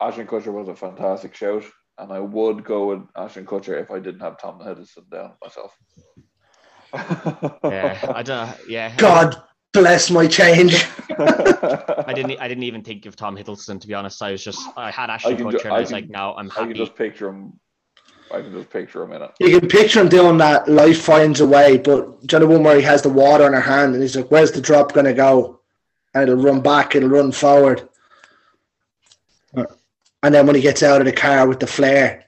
A: Ashton Kutcher was a fantastic shout, and I would go with Ashton Kutcher if I didn't have Tom Hiddleston down myself.
C: Yeah, I don't. Know. Yeah,
B: God bless my change.
C: I didn't. I didn't even think of Tom Hiddleston to be honest. I was just. I had Ashton
A: can
C: Kutcher,
A: ju-
C: and I,
A: I
C: was
A: can-
C: like, no, I'm
A: I can
C: happy.
A: just picture him. I can just picture him in it.
B: You can picture him doing that. Life finds a way. But do you know the one where he has the water in her hand and he's like, "Where's the drop gonna go?" And it'll run back. It'll run forward. And then when he gets out of the car with the flare,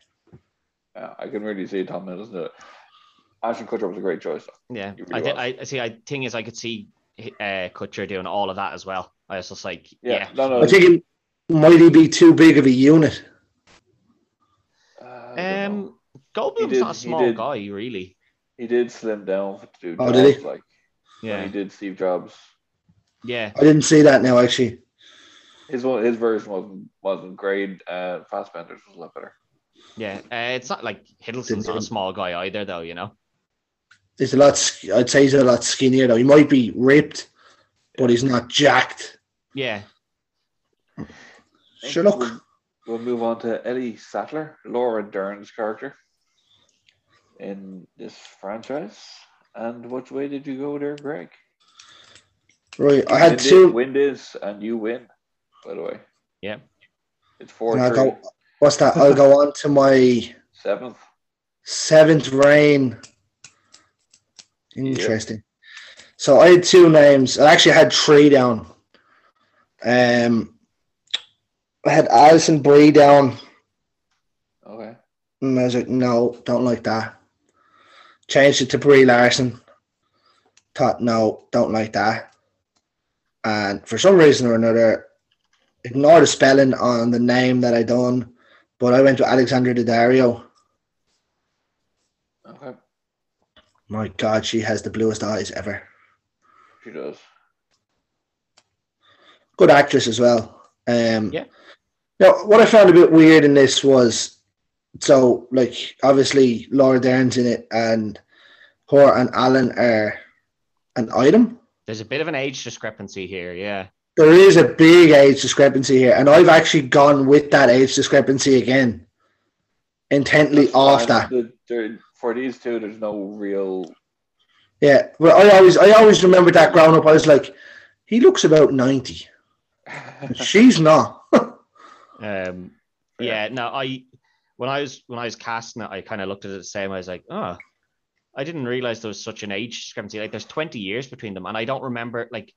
A: Yeah, I can really see Tom Hiddleston. do it. Ashton Kutcher was a great choice.
C: yeah,
A: He
C: I,
A: really
C: did,
A: was.
C: I I see. I thing is, I could see uh, Kutcher doing all of that as well. I was just like,
A: Yeah,
C: yeah,
A: no, no.
B: I think it might he be too big of a unit.
A: Uh, I don't know.
C: Um, Goldblum's
A: did-
C: not a
A: he
C: small
A: did.
C: guy, really.
A: he did slim down to do
B: Oh,
A: jobs
B: did he?
A: like when
C: Yeah,
A: he did Steve Jobs.
C: yeah.
B: I didn't see that now actually.
A: His one, his version wasn't wasn't great. Uh, Fastbender's was a lot better.
C: Yeah, uh, it's not like
B: Didn't
C: Hiddleston's not a
B: even-
C: small guy either, though. You know,
B: He's a lot. sk- I'd say he's a lot skinnier though. He might be ripped, but he's not jacked.
C: yeah,
A: Next,
B: Sherlock.
A: We'll, we'll move on to Ellie Sattler, Laura Dern's character in this franchise. And which way did you go there, Greg?
B: Right. I had
A: Wind is-
B: two.
A: Wind is, and you win. By the way.
C: Yeah.
A: It's four
B: And I'll
A: three,
B: go, what's that? I'll go on to my
A: seventh.
B: Seventh Rain. Interesting. So I had two names. I actually had three down. Um, I had Alison Brie down,
A: Okay.
B: and I was like, no, don't like that. Changed it to Brie Larson. Thought, no, don't like that. And for some reason or another, ignore the spelling on the name that I done, but I went to Alexandra Daddario.
A: Okay.
B: My God, she has the bluest eyes ever.
A: She does.
B: good actress as well. Um,
C: Yeah.
B: Now, what I found a bit weird in this was, so like obviously Laura Dern's in it, and her and Alan are an item.
C: there's a bit of an age discrepancy here. Yeah,
B: There is a big age discrepancy here, and I've actually gone with that age discrepancy again, intently off
A: And
B: that.
A: the- there- for these two, there's no real.
B: Yeah, but I always, I always remember that growing up. I was like, he looks about ninety, and she's not.
C: um, yeah. No, I when I was when I was casting it, I kind of looked at it the same. I was like, oh, I didn't realize there was such an age discrepancy. Like, there's 20 years between them, and I don't remember like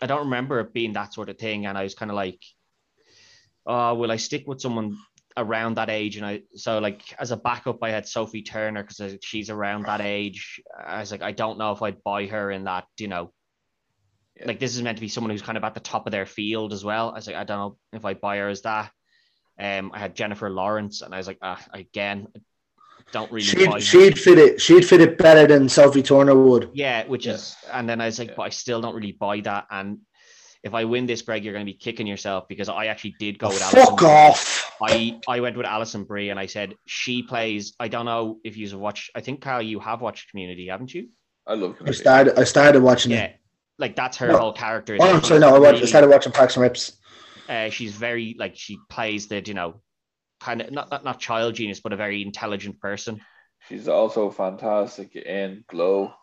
C: I don't remember it being that sort of thing. And I was kind of like, oh, will I stick with someone? around that age and I so like as a backup I had Sophie Turner because she's around that age I was like I don't know if I'd buy her in that you know
A: Yeah.
C: like this is meant to be someone who's kind of at the top of their field as well I was like I don't know if I'd buy her as that um I had Jennifer Lawrence and I was like ah, again don't really buy her.
B: She'd, she'd fit it. She'd fit it better than Sophie Turner would.
C: Yeah, which
A: Yeah.
C: is, and then I was like,
A: Yeah.
C: but I still don't really buy that. And if I win this, Greg, you're going to be kicking yourself because I actually did go with Alison.
B: Fuck off.
C: I, I went with Alison Brie and I said, she plays, I don't know if you've watched, I think, Kyle, you have watched Community, haven't you?
A: I love.
B: I
A: Canadian.
B: started. I started watching
C: Yeah.
B: it.
C: Like that's her
B: No.
C: whole character. is
B: Oh, I'm
C: that
B: sorry.
C: she's
B: No, I, watched, I
C: really-
B: started watching Parks and Reps.
C: uh, she's very, like, she plays the, you know, kind of not, not, not child genius, but a very intelligent person.
A: She's also fantastic in Glow.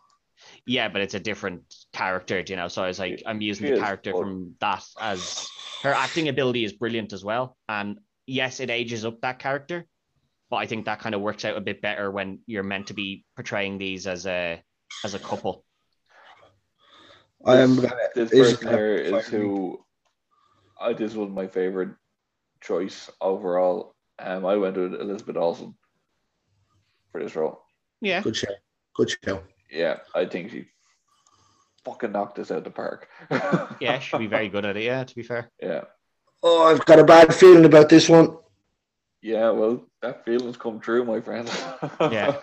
C: yeah, but it's a different character, do you know. So I was like, I'm using
A: She
C: the
A: is,
C: character
A: but-
C: from that as her acting ability is brilliant as well, and yes, it ages up that character, but I think that kind of works out a bit better when you're meant to be portraying these as a as a couple.
B: I am.
A: This,
B: gonna-
A: this
B: is-
A: person here is who I this was my favorite choice overall. Um, I went with Elizabeth Olsen for this role.
C: Yeah,
B: Good show. Good show.
A: Yeah, I think she fucking knocked this out the park.
C: yeah, should be very good at it. Yeah, to be fair.
A: yeah,
B: Oh, I've got a bad feeling about this one.
A: yeah. Well, that feeling's come true, my friend.
C: Yeah.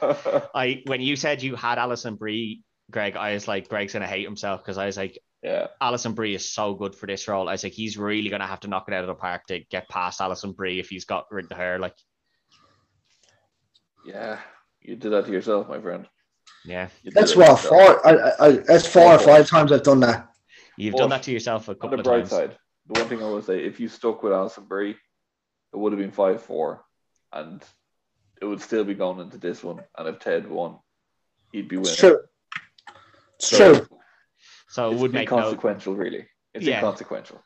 C: I when you said you had Alison Brie, Greg, I was like, Greg's gonna hate himself because I was like,
A: yeah,
C: Alison Brie is so good for this role. I was like, he's really gonna have to knock it out of the park to get past Alison Brie if he's got rid of her. Like,
A: yeah. You did that to yourself, my friend.
C: yeah,
A: You did
B: That's
A: it
B: what
A: yourself.
B: four. I, I, I, that's four or five times I've done that.
C: you've
A: Well,
C: done that to yourself a
A: On the
C: couple of
A: bright
C: times.
A: side, the one thing I would say, if you stuck with Alison Brie, it would have been five four, and it would still be going into this one. And if Ted won, he'd be winning.
B: It's true. It's true.
C: So it
A: it's
C: would make no.
A: inconsequential, really. It's
C: Yeah.
A: inconsequential.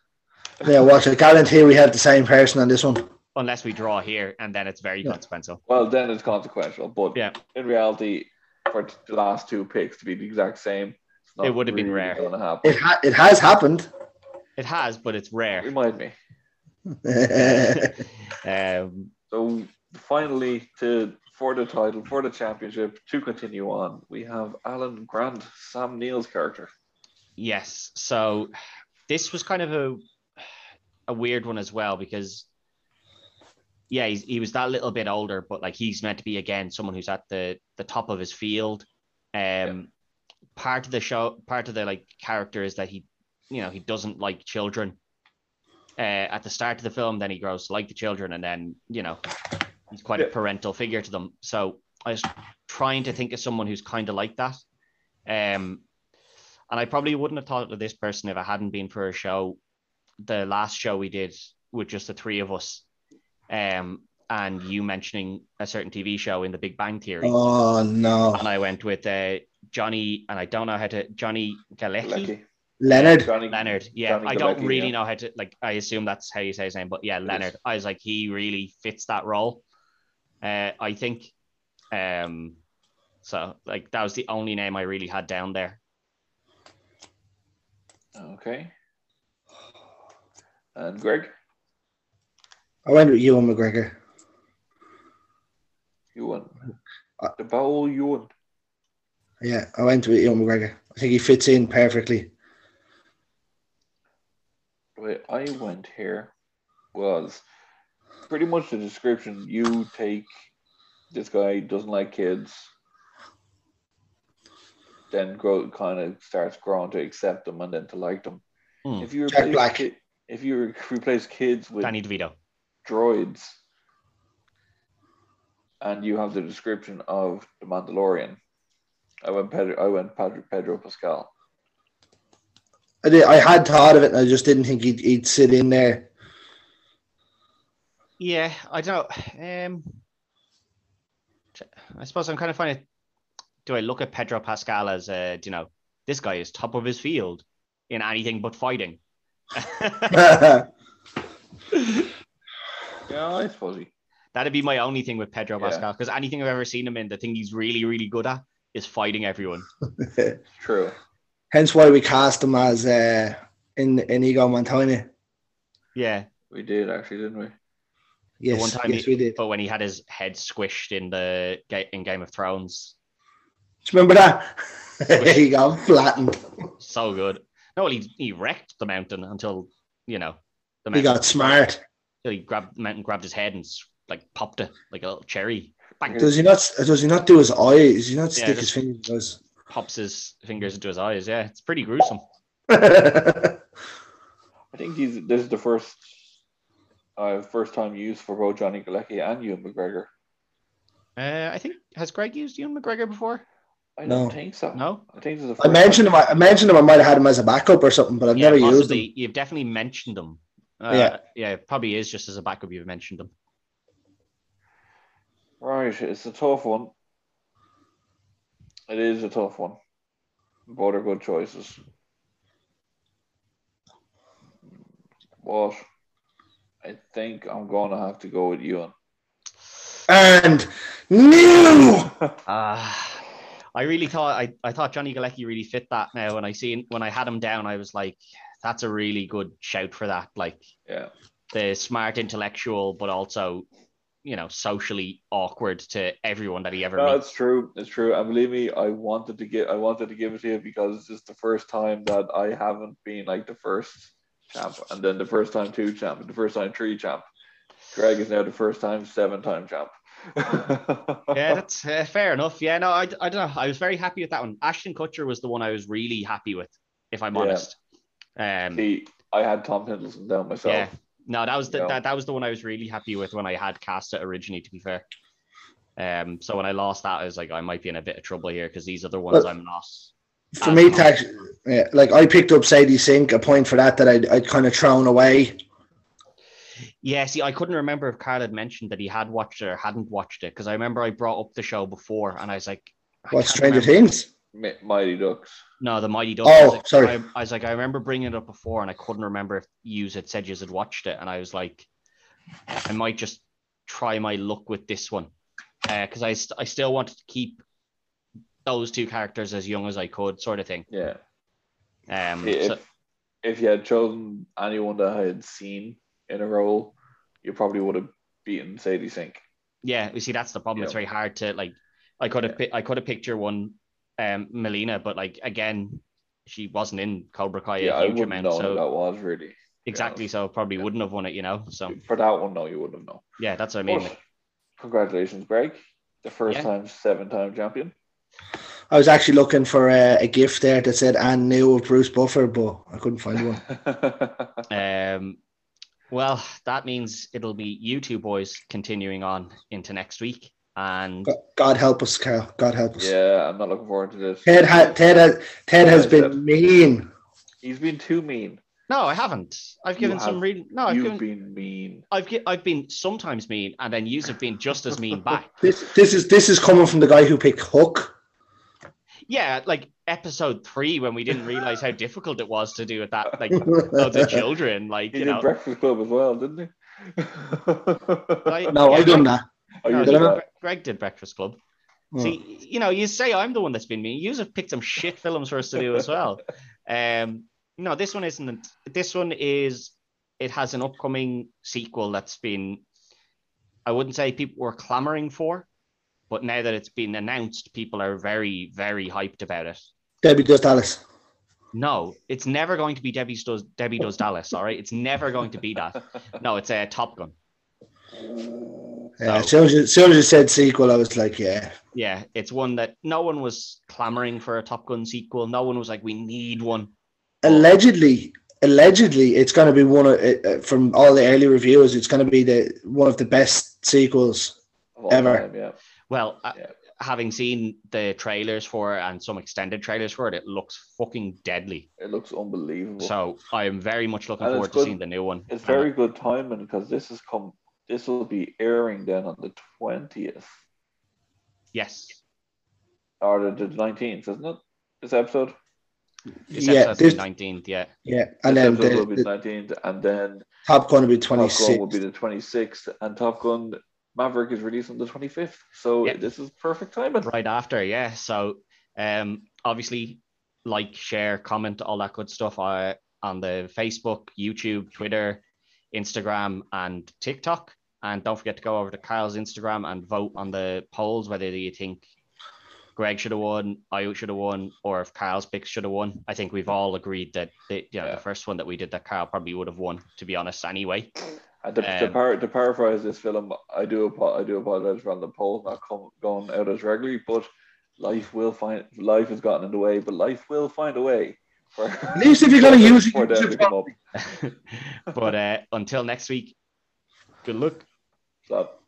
B: Yeah, watch. I guarantee we have the same person on this one.
C: unless we draw here, and then it's very
B: Yeah.
C: consequential.
A: Well, then it's consequential, but
C: Yeah.
A: in reality, for t- the last two picks to be the exact same, it's not
C: It would have been
A: really
C: rare.
A: Gonna happen.
B: It ha- it has happened.
C: It has, but it's rare.
A: Remind me.
C: um,
A: So finally, to for the title, for the championship, to continue on, we have Alan Grant, Sam Neill's character.
C: yes. So this was kind of a a weird one as well because yeah, he's, he was that little bit older, but like he's meant to be again someone who's at the the top of his field. Um, part of the show, part of the like character is that he, you know, he doesn't like children. Uh, at the start of the film, then he grows to like the children, and then you know, he's quite a
A: Yeah.
C: parental figure to them. So I was trying to think of someone who's kind of like that. Um, and I probably wouldn't have thought of this person if I hadn't been for a show, the last show we did with just the three of us, um, and you mentioning a certain TV show in The Big Bang Theory,
B: oh no,
C: and I went with uh, Johnny, and I don't know how to Johnny Galecki.
A: Lucky.
B: Leonard.
A: Johnny
C: Leonard, yeah,
A: Johnny
C: I don't
A: Galecki,
C: really
A: yeah.
C: know how to like. I assume that's how you say his name, but yeah,
A: is.
C: Leonard. I was like, he really fits that role. Uh, I think, um, so like that was the only name I really had down there.
A: Okay. And Greg,
B: I went with Ewan McGregor.
A: you won.
B: Uh,
A: The bowl, you won.
B: Yeah, I went with Ewan McGregor. I think he fits in perfectly.
A: The way I went here was pretty much the description. You take this guy doesn't like kids, then grow kind of starts growing to accept them and then to like them.
C: Hmm.
A: If you
B: Jack
A: replace
B: Black.
A: ki- if you re- replace kids with
C: Danny DeVito.
A: droids, and you have the description of the Mandalorian. I went Pedro. I went Pedro, Pedro Pascal.
B: I did, I had thought of it, and I just didn't think he'd, he'd sit in there.
C: Yeah, I don't. Um, t- I suppose I'm kind of finding. Do I look at Pedro Pascal as a you know this guy is top of his field in anything but fighting?
A: Yeah, I suppose he.
C: That'd be my only thing with Pedro
A: Yeah.
C: Pascal because anything I've ever seen him in, the thing he's really really good at is fighting everyone.
A: True.
B: Hence why we cast him as uh, in Inigo Montoya.
C: Yeah,
A: We did actually, didn't we?
B: Yes,
C: one time
B: yes,
C: he-
B: we did.
C: but when he had his head squished in the ga- in Game of Thrones,
B: Do you remember that? he got flattened.
C: so good. No, well, he he wrecked the mountain until you know the
B: He
C: mountain
B: got smart.
C: So he grabbed the mountain, grabbed his head, and s- like popped it like a little cherry. Bang,
B: Does he not? Does he not do his eyes? Does he not
C: Yeah,
B: stick his fingers? in those?
C: pops his fingers into his eyes. Yeah, it's pretty gruesome.
A: I think he's this is the first uh, first time used for both Johnny Galecki and Ewan McGregor.
C: Uh, I think has Greg used Ewan McGregor before?
A: I
B: No.
A: don't think so.
C: No,
A: I think this is the
B: I
A: first
B: mentioned him. I I mentioned him. I might have had him as a backup or something, but I've never used him.
C: You've definitely mentioned them. Uh, yeah,
B: Yeah.
C: it probably is just as a backup. You've mentioned them.
A: time. Right, it's a tough one. It is a tough one. Both are good choices. But I think I'm going to have to go with Ewan.
B: And no,
C: Ah, I really thought I, I thought Johnny Galecki really fit that now. When I seen when I had him down, I was like, that's a really good shout for that. Like
A: Yeah.
C: the smart intellectual, but also, you know, socially awkward to everyone that he ever
A: No,
C: meets.
A: it's true. It's true. And believe me, I wanted to give I wanted to give it to you because it's just the first time that I haven't been like the first champ and then the first time two champ and the first time three champ. Greg is now the first time seven time champ.
C: yeah, that's uh, fair enough. Yeah, no, I, I don't know. I was very happy with that one. Ashton Kutcher was the one I was really happy with, if I'm
A: Yeah.
C: honest. Um,
A: See, I had Tom Hiddleston down myself.
C: Yeah. No, that was the,
A: Yeah.
C: that, that was the one I was really happy with when I had cast it originally. To be fair, um, so when I lost that, I was like, I might be in a bit of trouble here because these other ones
B: Well-
C: I'm not.
B: for me, to actually, yeah, like I picked up Sadie Sink, a point for that that I'd, I'd kind of thrown away.
C: Yeah, see, I couldn't remember if Carl had mentioned that he had watched it or hadn't watched it because I remember I brought up the show before and I was like, I
B: What
C: can't
B: Stranger
C: remember.
B: Things?
A: Mi- Mighty Ducks.
C: No, the Mighty Ducks.
B: Oh,
C: I was like,
B: sorry.
C: I, I was like, I remember bringing it up before, and I couldn't remember if you had said you had watched it, and I was like, I might just try my luck with this one, because I st- I still wanted to keep those two characters as young as I could, sort of thing.
A: Yeah.
C: Um,
A: If,
C: so-
A: if you had chosen anyone that I had seen in a role, you probably would have beaten Sadie Sink.
C: yeah, you see, that's the problem. It's
A: Yeah.
C: very hard to like. I could have
A: Yeah.
C: pi- I could have picked your one, um, Melina, but like again, she wasn't in Cobra Kai
A: yeah,
C: a
A: I
C: Oh, huge
A: wouldn't
C: amount,
A: know who
C: so
A: that was really.
C: exactly, so probably
A: Yeah.
C: wouldn't have won it, you know. So
A: For that one, no, you wouldn't have known.
C: yeah, that's what I mean.
A: But
C: like,
A: congratulations, Greg. The first
C: Yeah.
A: time, seven time champion.
B: I was actually looking for a, a gift there that said "and new" of Bruce Buffer, but I couldn't find one.
C: Um, well, that means it'll be you two boys continuing on into next week. And
B: Go- God help us, Carl. God help us.
A: yeah, I'm not looking forward to this.
B: Ted, ha- Ted, ha- Ted has been mean.
A: He's been too mean.
C: no, I haven't. I've
A: You
C: given some
A: have-
C: real. No, I've
A: You've
C: given.
A: been mean.
C: I've gi- I've been sometimes mean, and then you have been just as mean back.
B: This, this is this is coming from the guy who picked Hook.
C: Yeah, like episode three when we didn't realize how difficult it was to do with that, like loads of children, like
A: He
C: Oh, you
A: did
C: know.
A: Breakfast Club as well, didn't he?
C: Like,
B: no, I
C: yeah,
B: done that. Mm.
A: Oh, you
C: Greg- no,
A: did
C: he-
A: that.
C: Greg did Breakfast Club. See, you know, you say I'm the one that's been mean. You have picked some shit films for us to do as well. Um, no, this one isn't. This one is. It has an upcoming sequel that's been. I wouldn't say people were clamoring for, but now that it's been announced, people are very, very hyped about it.
B: Debbie does Dallas.
C: No, it's never going to be Debbie does Debbie does Dallas. All right, it's never going to be that. No, it's a uh, Top Gun.
B: Yeah,
C: Uh, No.
B: as soon as, you, as soon as you said sequel, I was like, yeah.
C: Yeah, it's one that no one was clamoring for a Top Gun sequel. No one was like, we need one.
B: Allegedly, allegedly, it's going to be one of uh, uh, from all the early reviews. It's going to be the one of the best sequels.
A: Of all
B: Ever.
A: time, Oh, yeah.
C: Well, uh,
A: Yeah.
C: having seen the trailers for it and some extended trailers for it, it looks fucking deadly.
A: It looks unbelievable.
C: So uh, I am very much looking
A: And it's
C: forward to
A: good-
C: seeing the new one.
A: It's
C: And
A: very good timing because this is come. This will be airing then on the twentieth
C: uh, yes,
A: or the nineteenth, isn't it? This episode.
C: this
B: yeah,
C: episode's the
B: this,
C: nineteenth. Yeah,
B: yeah, and
A: this
B: then
A: episode will be
B: the,
A: the
B: the
A: nineteenth, and then
B: Top Gun will be twenty
A: Top Gun
B: six.
A: will be the twenty sixth, and Top Gun Maverick is released on the twenty fifth. So
C: Yeah.
A: this is perfect timing.
C: right after. Yeah, so um, obviously, like, share, comment, all that good stuff uh, on the Facebook, YouTube, Twitter, Instagram, and TikTok. And don't forget to go over to Kyle's Instagram and vote on the polls whether you think Greg should have won, I should have won, or if Kyle's picks should have won. I think we've all agreed that the, you know,
A: Yeah.
C: the first one that we did that Kyle probably would have won, to be honest, anyway.
A: And to, to,
C: Um,
A: par- to paraphrase this film, I do apo- I do apologize for the polls not come, going out as regularly, but life will find life has gotten in the way, but life will find a way. For,
B: At least if you're going to use it,
A: for them to come up.
C: but uh, until next week, good luck.
A: So,